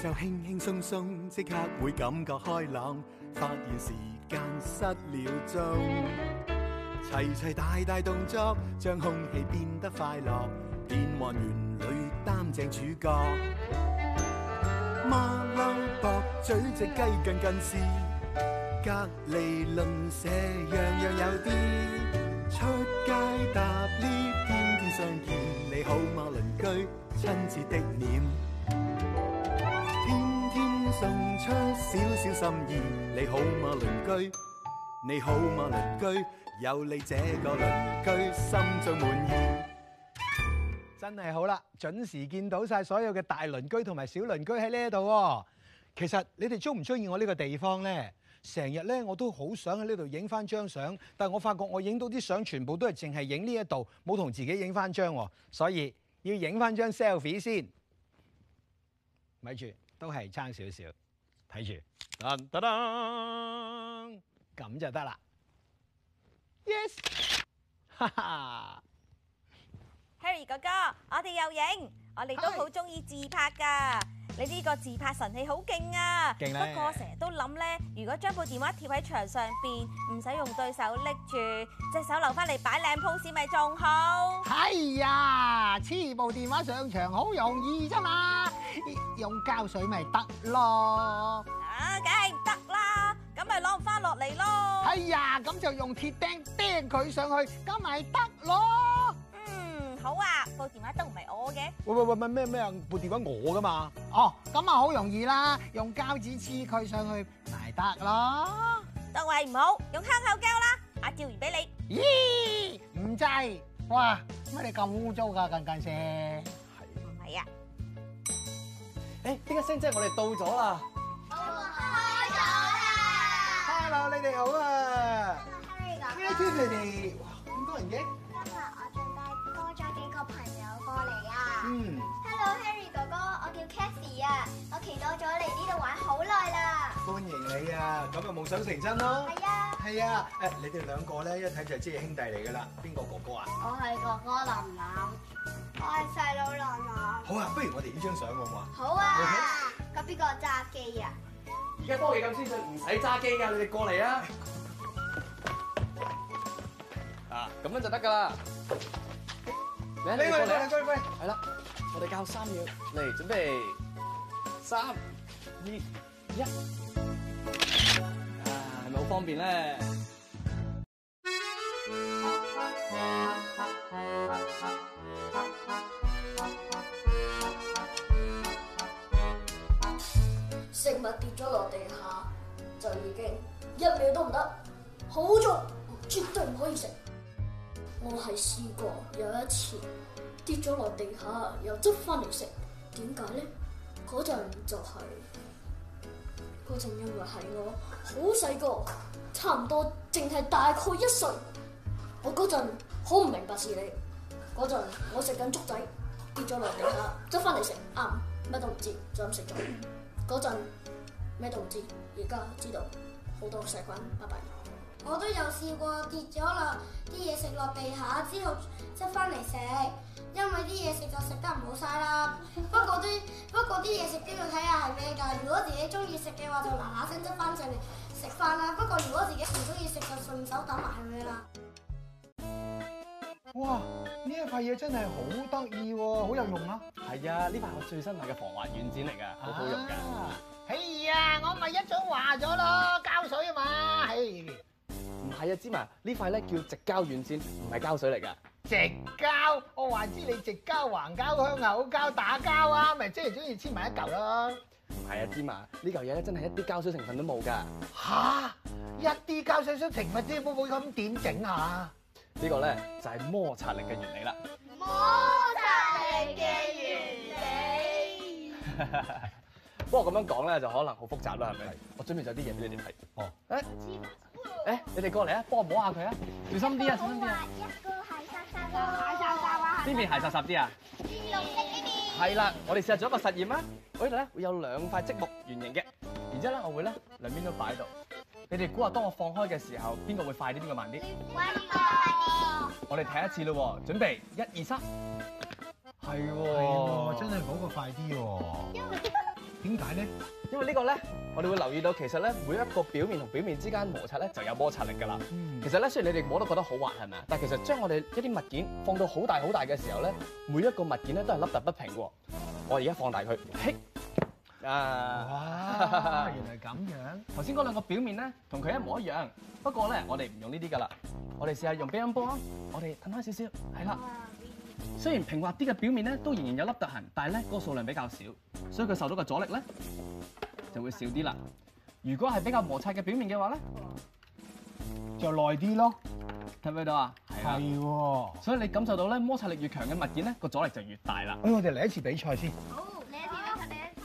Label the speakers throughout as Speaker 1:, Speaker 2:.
Speaker 1: 就輕輕鬆鬆，即刻會感覺開朗，發現時間失了蹤。齊齊大大動作，將空氣變得快樂，變幻園裏擔正主角。馬騮駁嘴隻雞近近視，隔離鄰舍樣樣有啲。出街搭 lift，天天相見，你好嗎鄰居？親切的臉。送出少少心意，你好嗎鄰居？你好嗎鄰居？有你這個鄰居，心中滿意。
Speaker 2: 真係好啦，準時見到晒所有嘅大鄰居同埋小鄰居喺呢度喎。其實你哋中唔中意我呢個地方呢？成日呢，我都好想喺呢度影翻張相，但係我發覺我影到啲相全部都係淨係影呢一度，冇同自己影翻張喎，所以要影翻張 selfie 先。咪住。都係差少少，睇住，噔噔噔，咁就得啦。Yes，哈哈
Speaker 3: ，Harry 哥哥，我哋又影，我哋都好中意自拍㗎。你呢個自拍神器好勁啊！
Speaker 2: 勁
Speaker 3: 不過成日都諗咧，如果將部電話貼喺牆上邊，唔使用對手拎住，隻手留翻嚟擺靚 pose 咪仲好。
Speaker 4: 係啊，哎黐部電話上牆好容易啫嘛，用膠水咪得咯。
Speaker 3: 啊，梗係唔得啦，咁咪攞唔翻落嚟咯。
Speaker 4: 哎呀，咁就用鐵釘釘佢上去，咁咪得咯。
Speaker 3: 嗯，好啊，部電話都唔係我嘅。
Speaker 2: 喂喂喂喂，咩咩啊？部電話我㗎嘛。
Speaker 4: 哦，咁啊好容易啦，用膠紙黐佢上去咪得咯。
Speaker 3: 都係唔好，用香口膠啦。阿趙完俾
Speaker 4: 你。咦，唔制。哇，乜你咁污糟㗎？近近先。
Speaker 2: 係。
Speaker 3: 唔係啊。
Speaker 5: 誒，呢個聲即係我哋到咗啦。
Speaker 6: 開咗啦
Speaker 2: ！Hello，你哋好啊。
Speaker 6: Harry 哥哥。
Speaker 2: 咩天你哋？哇，咁多人嘅。
Speaker 6: 今日我仲帶多咗幾個朋友過嚟啊。
Speaker 2: 嗯。
Speaker 6: Hello Harry 哥哥，我叫 Cathy 啊，我期待咗嚟呢度玩好耐啦。
Speaker 2: 歡迎你啊！咁啊，夢想成真咯。
Speaker 6: 係啊。
Speaker 2: 係啊，誒，你哋兩個咧一睇就知係兄弟嚟㗎啦。邊個哥哥啊？
Speaker 6: 我係哥哥林林，我係細佬朗朗。
Speaker 2: 好啊，不如我哋影張相好唔好啊？
Speaker 6: 好啊。咁邊個揸機啊？
Speaker 5: 而家科技咁先進，唔使哎揸機㗎，你哋過嚟啊！啊，咁樣就得㗎啦。嚟，你哋過嚟啊！
Speaker 2: 喂喂，
Speaker 5: 係啦，我哋教三秒，嚟準備，三、二、一。啊，係咪好方便咧？
Speaker 7: 食物跌咗落地下就已經一秒都唔得，好重，絕對唔可以食。我係試過有一次跌咗落地下，又執翻嚟食，點解呢？嗰陣就係嗰陣，因為係我好細個，差唔多淨係大概一歲。我嗰陣好唔明白事理，嗰陣我食緊粥仔，跌咗落地下，執翻嚟食，啱咩都唔知，就咁食咗。嗰陣咩都唔知，而家知道好多細菌，拜拜。
Speaker 6: 我都有試過跌咗落啲嘢食落地下之後執翻嚟食，因為啲嘢食就食得唔好嘥啦。不過啲不過啲嘢食都要睇下係咩㗎。如果自己中意食嘅話，就嗱嗱聲執翻上嚟食翻啦。不過如果自己唔中意食，就順手抌埋佢啦。
Speaker 2: 哇！呢一塊嘢真係好得意喎，好有用啊！
Speaker 5: 係啊，呢塊我最新買嘅防滑軟墊嚟
Speaker 2: 啊
Speaker 5: 㗎，好好用㗎。
Speaker 2: À.
Speaker 4: 哎呀，我咪一早話咗咯，膠水啊嘛，嘿，
Speaker 5: 唔係啊，芝麻呢塊咧叫直膠軟墊，唔係膠水嚟㗎。
Speaker 4: 直膠，我話知你直膠、橫膠、香口膠、打膠啊，咪即係中意黐埋一嚿咯。
Speaker 5: 唔係啊，芝麻呢嚿嘢咧真係一啲膠水成分都冇㗎。
Speaker 4: 吓，一啲膠水想停物啲會唔會咁點整啊？
Speaker 5: 呢個咧就係摩擦力嘅原理啦。
Speaker 6: 摩擦力嘅原理。
Speaker 5: 不過咁樣講咧就可能好複雜啦，係咪？我準備咗啲嘢俾你哋睇。哦，誒誒，你哋過嚟啊，幫我摸下佢啊，小心啲啊，小心啲啊。
Speaker 6: 一個係沙沙個，係沙沙啊，
Speaker 5: 呢邊係實實啲啊。
Speaker 6: 綠色呢邊。
Speaker 5: 係啦，我哋試下做一個實驗啊！我呢度咧會有兩塊積木圓形嘅，然之後咧我會咧兩邊都擺喺度。你哋估下當我放開嘅時候，邊個會快啲，邊個慢啲？我哋睇一次咯喎，準備一二三，係喎，
Speaker 2: 係喎，真係嗰個快啲喎。à.
Speaker 6: Hãy subscribe cho kênh Ghiền Mì Gõ Để không bỏ lỡ
Speaker 2: 點解咧？
Speaker 5: 因為呢個咧，我哋會留意到其實咧，每一個表面同表面之間摩擦咧就有摩擦力㗎啦。
Speaker 2: Ừ.
Speaker 5: 其實咧，雖然你哋摸都覺得好滑係咪啊？但其實將我哋一啲物件放到好大好大嘅時候咧，每一個物件咧都係凹凸不平嘅喎。我而家放大佢，嘿啊！
Speaker 2: 哇！原來咁樣。
Speaker 5: 頭先嗰兩個表面咧，同佢一模一樣。不過咧，我哋唔用呢啲㗎啦，我哋試下用乒乓波啊！我哋褪開少少，係啦。雖然平滑啲嘅表面咧，都仍然有凹凸痕，但係咧嗰個數量比較少，所以佢受到嘅阻力咧就會少啲啦。如果係比較摩擦嘅表面嘅話咧，
Speaker 2: 就耐啲咯，
Speaker 5: 睇唔睇到啊？係啊。
Speaker 2: 係喎。
Speaker 5: 所以你感受到咧，摩擦力越強嘅物件咧，個阻力就越大啦。
Speaker 2: 哎，我哋嚟一次比賽先。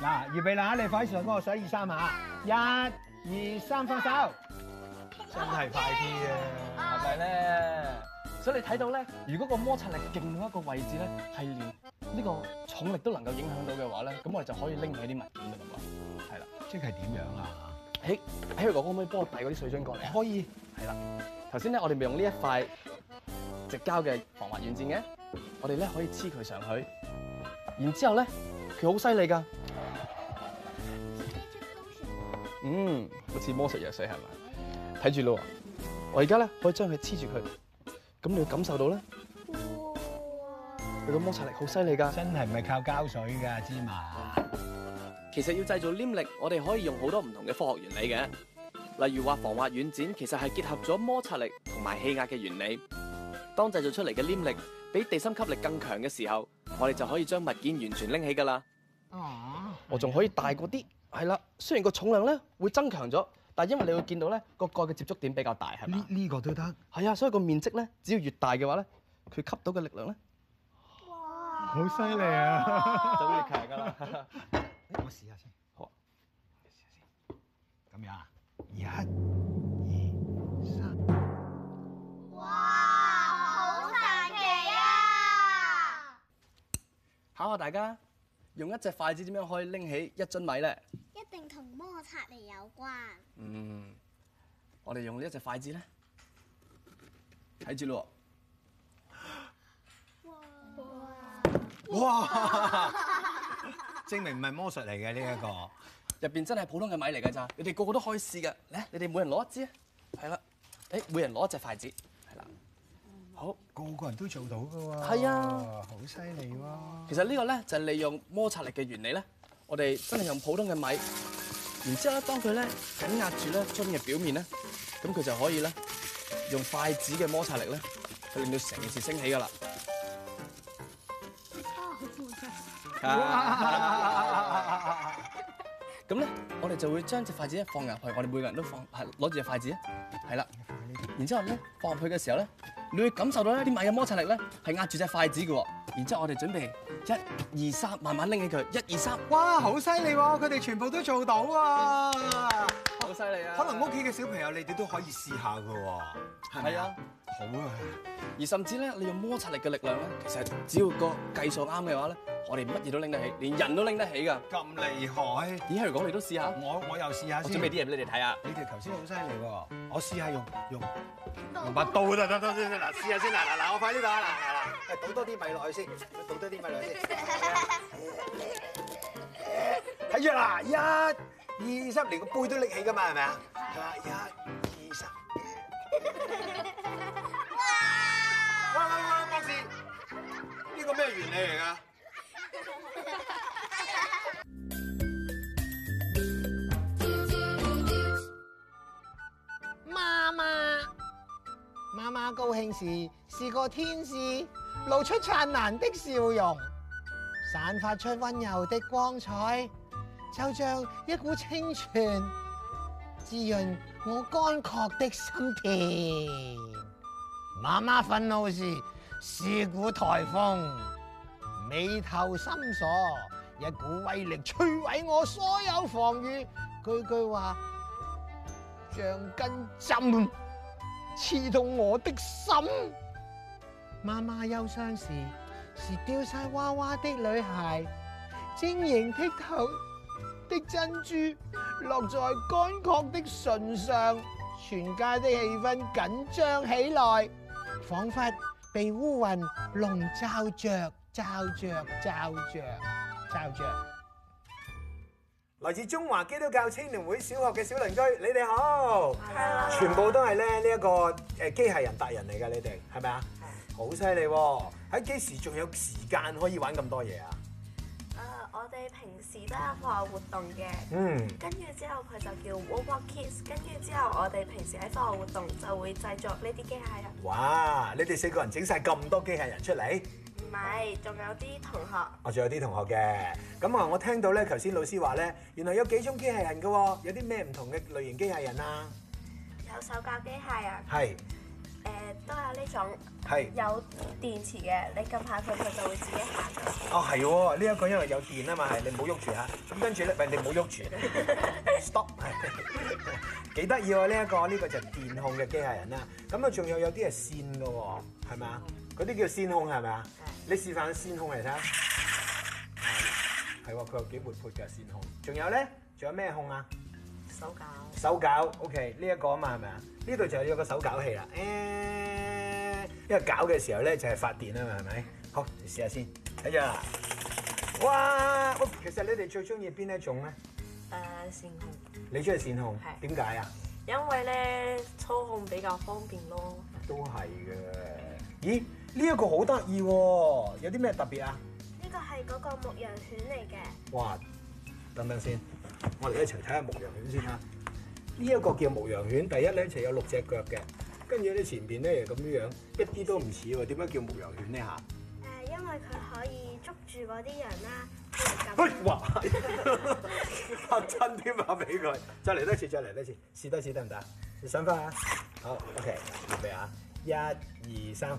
Speaker 2: 嗱，預備啦，你快啲上幫我洗二三下。一、二、三，放手。真係快啲啊！
Speaker 5: 係咪咧？所以你睇到咧，如果個摩擦力勁到一個位置咧，係連呢個重力都能夠影響到嘅話咧，咁我哋就可以拎起啲物件㗎啦喎。係啦，
Speaker 2: 即係點樣啊？
Speaker 5: 嘿，嘿，哥哥可唔可以幫我遞嗰啲水樽過嚟啊？
Speaker 2: 可以。
Speaker 5: 係啦，頭先咧我哋咪用呢一塊直膠嘅防滑軟墊嘅，我哋咧可以黐佢上去，然之後咧佢好犀利㗎，嗯，好似魔術藥水係咪？睇住咯喎，我而家咧可以將佢黐住佢，咁你要感受到咧，佢個摩擦力好犀利㗎。
Speaker 2: 真係唔係靠膠水㗎，芝麻。
Speaker 5: 其實要製造黏力，我哋可以用好多唔同嘅科學原理嘅，例如話防滑軟墊其實係結合咗摩擦力同埋氣壓嘅原理。當製造出嚟嘅黏力比地心吸力更強嘅時候，我哋就可以將物件完全拎起噶啦。
Speaker 4: 哦，
Speaker 5: 我仲可以大過啲，係啦。雖然個重量咧會增強咗，但係因為你會見到咧個蓋嘅接觸點比較大，係
Speaker 2: 呢
Speaker 5: 嘛？
Speaker 2: 呢個都得。
Speaker 5: 係啊，所以個面積咧只要越大嘅話咧，佢吸到嘅力 量咧
Speaker 2: 好犀利啊！
Speaker 5: 就會越強噶啦。
Speaker 2: 哎我試下先。
Speaker 5: 好啊
Speaker 2: 咁樣啊？一、二、三。
Speaker 5: 考下大家用一隻筷子點樣可以拎起一樽米咧？
Speaker 8: 一定同摩擦力有關。
Speaker 5: 嗯，我哋用呢一隻筷子咧，睇住咯
Speaker 2: 哇！ 證明唔係魔術嚟嘅呢一個。
Speaker 5: 喎，入邊真係普通嘅米嚟㗎咋，你哋個個都可以試㗎。嚟，你哋每人攞一支啊，係啦，誒，每人攞一隻筷子，係啦。好，
Speaker 2: 個個人都做到㗎喎，
Speaker 5: 係啊，
Speaker 2: 好犀利喎！
Speaker 5: 其實呢個咧就係利用摩擦力嘅原理咧，我哋真係用普通嘅米，然之後咧當佢咧緊壓住咧樽嘅表面咧，咁佢就可以咧用筷子嘅摩擦力咧，就令到成件事升起 㗎啦。啊咁咧，我哋就會將隻筷子咧放入去，我哋每個人都放，係攞住隻筷子啊，係啦。然之後咧放入去嘅時候咧，你會感受到呢啲米嘅摩擦力咧係壓住隻筷子嘅喎。然之後我哋準備一、二、三，慢慢拎起佢，一、二、三，
Speaker 2: 哇，好犀利喎！佢哋全部都做到啊！
Speaker 5: 好犀利啊！
Speaker 2: 可能屋企嘅小朋友，你哋都可以試下㗎喎，係咪
Speaker 5: 係啊
Speaker 2: 啊？？好啊！
Speaker 5: 而甚至咧，你用摩擦力嘅力量咧，其實只要個計數啱嘅話咧，我哋乜嘢都拎得起，連人都拎得起㗎。
Speaker 2: 咁厲害，
Speaker 5: 咦，Harry 講你都試下，
Speaker 2: 我我又試下
Speaker 5: 我
Speaker 2: 先。
Speaker 5: 準備啲嘢俾你哋睇下。啊
Speaker 2: 你哋頭先好犀利喎，我試下用用用把刀啊得得得得 得嗱，試下先嗱嗱嗱，我快啲打嗱嗱嗱，倒多啲米落去先，倒多啲米落去先。 睇住啦，一、二、三，連個杯都拎起噶嘛，係咪 啊？係嘛，一、二、三。 喂喂喂，博士，呢個咩原理嚟㗎？
Speaker 4: 媽媽，媽媽高興時是個天使，露出燦爛的笑容，散發出温柔的光彩，就像一股清泉，滋潤我乾涸的心田。媽媽憤怒時是股颱風，眉頭深鎖，一股威力摧毀我所有防禦。句句話。像根針刺到我的心。媽媽憂傷時，是掉晒娃娃的女孩，晶瑩剔透的珍珠落在乾涸的唇上，全家的氣氛緊張起來，彷彿被烏雲籠罩着、罩着、罩着、罩着。
Speaker 1: 來自中華基督教青年會小學嘅小鄰居，你哋好，全部都係咧呢一個誒機械人達人嚟㗎，你哋係咪啊？好犀利喎！喺幾時仲有時間可以玩咁多嘢啊？
Speaker 9: 呃我哋平時都有課外活動嘅，
Speaker 1: 嗯，
Speaker 9: 跟住之後佢就叫 Robot Kids，跟住之後我哋平時喺課外活動就會製作呢啲機械啊人，
Speaker 1: 哇！你哋四個人整晒咁多機械人出嚟，
Speaker 9: 唔係，仲有啲同學
Speaker 1: 我仲有啲同學嘅。咁啊，我聽到咧，頭先老師話咧，原來有幾種機械人㗎喎，有啲咩唔同嘅類型機械人啊？
Speaker 9: 有手教機械人，
Speaker 1: 係
Speaker 9: 誒、都有呢種
Speaker 1: 係。
Speaker 9: 有電池嘅，你撳下佢佢就會自己行咗。
Speaker 1: 哦，係喎，呢一個因為有電啊嘛，係你唔好喐住嚇。咁跟住咧，喂，你唔好喐住，stop 係。幾得意喎呢一個，呢、個就係電控嘅機械人啦。咁啊，仲有有啲係線嘅喎，係咪啊？嗰啲叫線控係咪啊？你示範線控嚟睇下。係喎，佢有幾活潑嘅線控。仲有咧，仲有咩控啊？
Speaker 9: 手教。
Speaker 1: 手搞，OK 呢一個啊嘛係咪啊？呢度就有個手搞器啦，誒、因為搞嘅時候咧就係發電啊嘛係咪？好，你試下先，睇下啦，哇！喂其實你哋最中意邊一種咧？
Speaker 9: 誒、線呃控，
Speaker 1: 你中意線控，
Speaker 9: 係
Speaker 1: 點解啊？
Speaker 9: 因為咧操控比較方便咯。
Speaker 1: 都係嘅。咦？呢、一個好得意喎，有啲咩特別啊？
Speaker 6: 呢個係嗰個牧羊犬嚟嘅，
Speaker 1: 哇！等等先，我哋一齊睇下牧羊犬先啦。呢、一個叫牧羊犬，第一咧就有六隻腳嘅，跟住咧前邊咧又咁樣樣，一啲都唔似喎。點解叫牧羊犬呢？嚇？
Speaker 6: 誒，因為佢可以捉住嗰啲人啦，
Speaker 1: 喂，哇！嚇親添啊，俾佢！再嚟多次，再嚟多次，試多次得唔得啊？你想翻啊？好，OK，準備啊！一、二、三，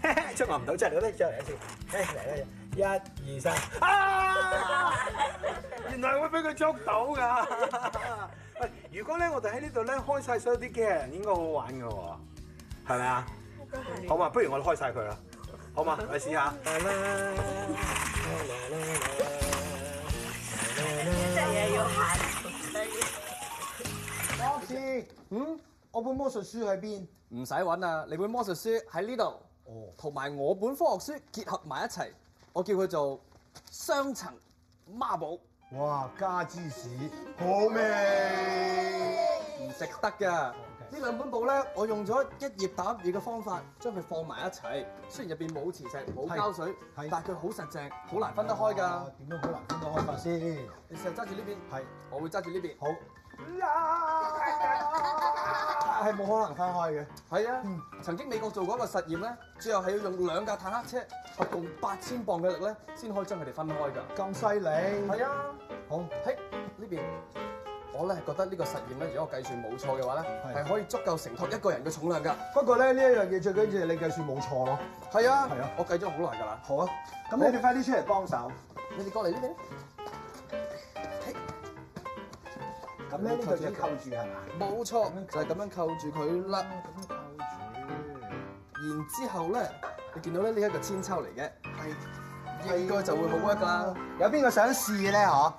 Speaker 1: 嘿出唔到，真係嚟多次，再嚟一次，嘿嚟多次，一、二、三，啊！原來會俾佢捉到㗎！喂，如果咧我哋喺呢度咧開晒所有啲機器人，應該好好玩㗎喎，係咪啊？好嘛，不如我哋開晒佢啦，好嘛？我哋試下。
Speaker 4: 博士，嗯，我本魔術書喺邊？
Speaker 5: 唔使揾啊！你本魔術書喺呢
Speaker 4: 哦
Speaker 5: 度，同埋我本科學書結合埋一齊，我叫佢做雙層孖寶，唔
Speaker 4: 哇，加芝士，好味！
Speaker 5: 食得㗎。呢兩本簿咧，我用咗一頁打一頁嘅方法將佢放埋一齊。雖然入邊冇磁石、冇
Speaker 4: 係
Speaker 5: 膠水，
Speaker 4: 係
Speaker 5: 但係佢好實淨，好難分得開㗎。
Speaker 4: 啊，點樣好難分得開法先？
Speaker 5: 你成日揸住呢邊，
Speaker 4: 係
Speaker 5: 我會揸住呢 邊。
Speaker 4: 好，係哎冇可能分開嘅。
Speaker 5: 係啊，曾經美國做過一個實驗咧，最後係要用兩架坦克車合共八千磅嘅力咧，先可以將佢哋分開㗎。
Speaker 4: 咁犀利，
Speaker 5: 係啊，
Speaker 4: 好
Speaker 5: 喺呢邊，我咧覺得呢個實驗咧，如果我計算冇錯嘅話咧，
Speaker 4: 係
Speaker 5: 係可以足夠承托一個人嘅重量㗎。
Speaker 4: 不過咧，呢一樣嘢最緊要係你計算冇錯咯。
Speaker 5: 係啊，
Speaker 4: 係啊
Speaker 5: 我計咗好耐㗎啦。
Speaker 4: 好啊，咁你哋快啲出嚟幫手。
Speaker 5: 你哋過嚟呢邊。
Speaker 4: 咁咧呢度要扣住係嘛？
Speaker 5: 冇錯，就係咁樣扣住佢啦。然之後咧，你見到咧呢一個千秋嚟嘅，係應該就會好啊 work 㗎啦。
Speaker 4: 有邊個想試咧？嗬？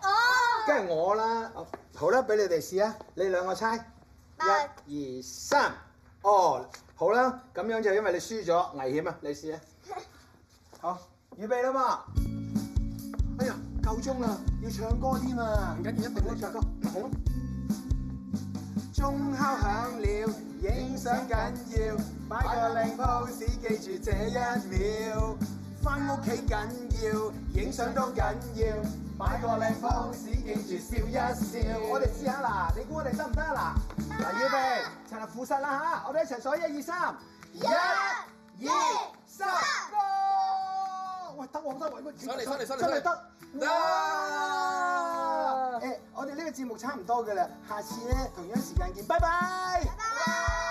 Speaker 4: 梗係我啦。好啦，俾你哋試啊！你兩個猜，一、二、三。哦，好啦，咁樣就因為你輸咗，危險啊！你試啊。好，預備啦嘛。哎呀，夠鐘啦，要唱歌添啊！
Speaker 5: 唔緊要一定會唱
Speaker 4: 唱歌。好啦。鐘敲響了，影相緊要，擺個靚 pose，記住這一秒。翻屋企緊要，影相都緊要，擺個靚 pose，記住笑一笑。我哋試下啦，你估我哋得唔得啊？嗱，嗱，預備，齊下副實啦吓，我哋一齊數一二三，一、二、三，Go！喂，得喎得喎，
Speaker 5: 上嚟上嚟上嚟
Speaker 4: 真係
Speaker 5: 上
Speaker 4: 得，哎哇！誒，我哋呢個節目差唔多嘅啦，下次咧同樣時間見，拜拜。
Speaker 6: 啊！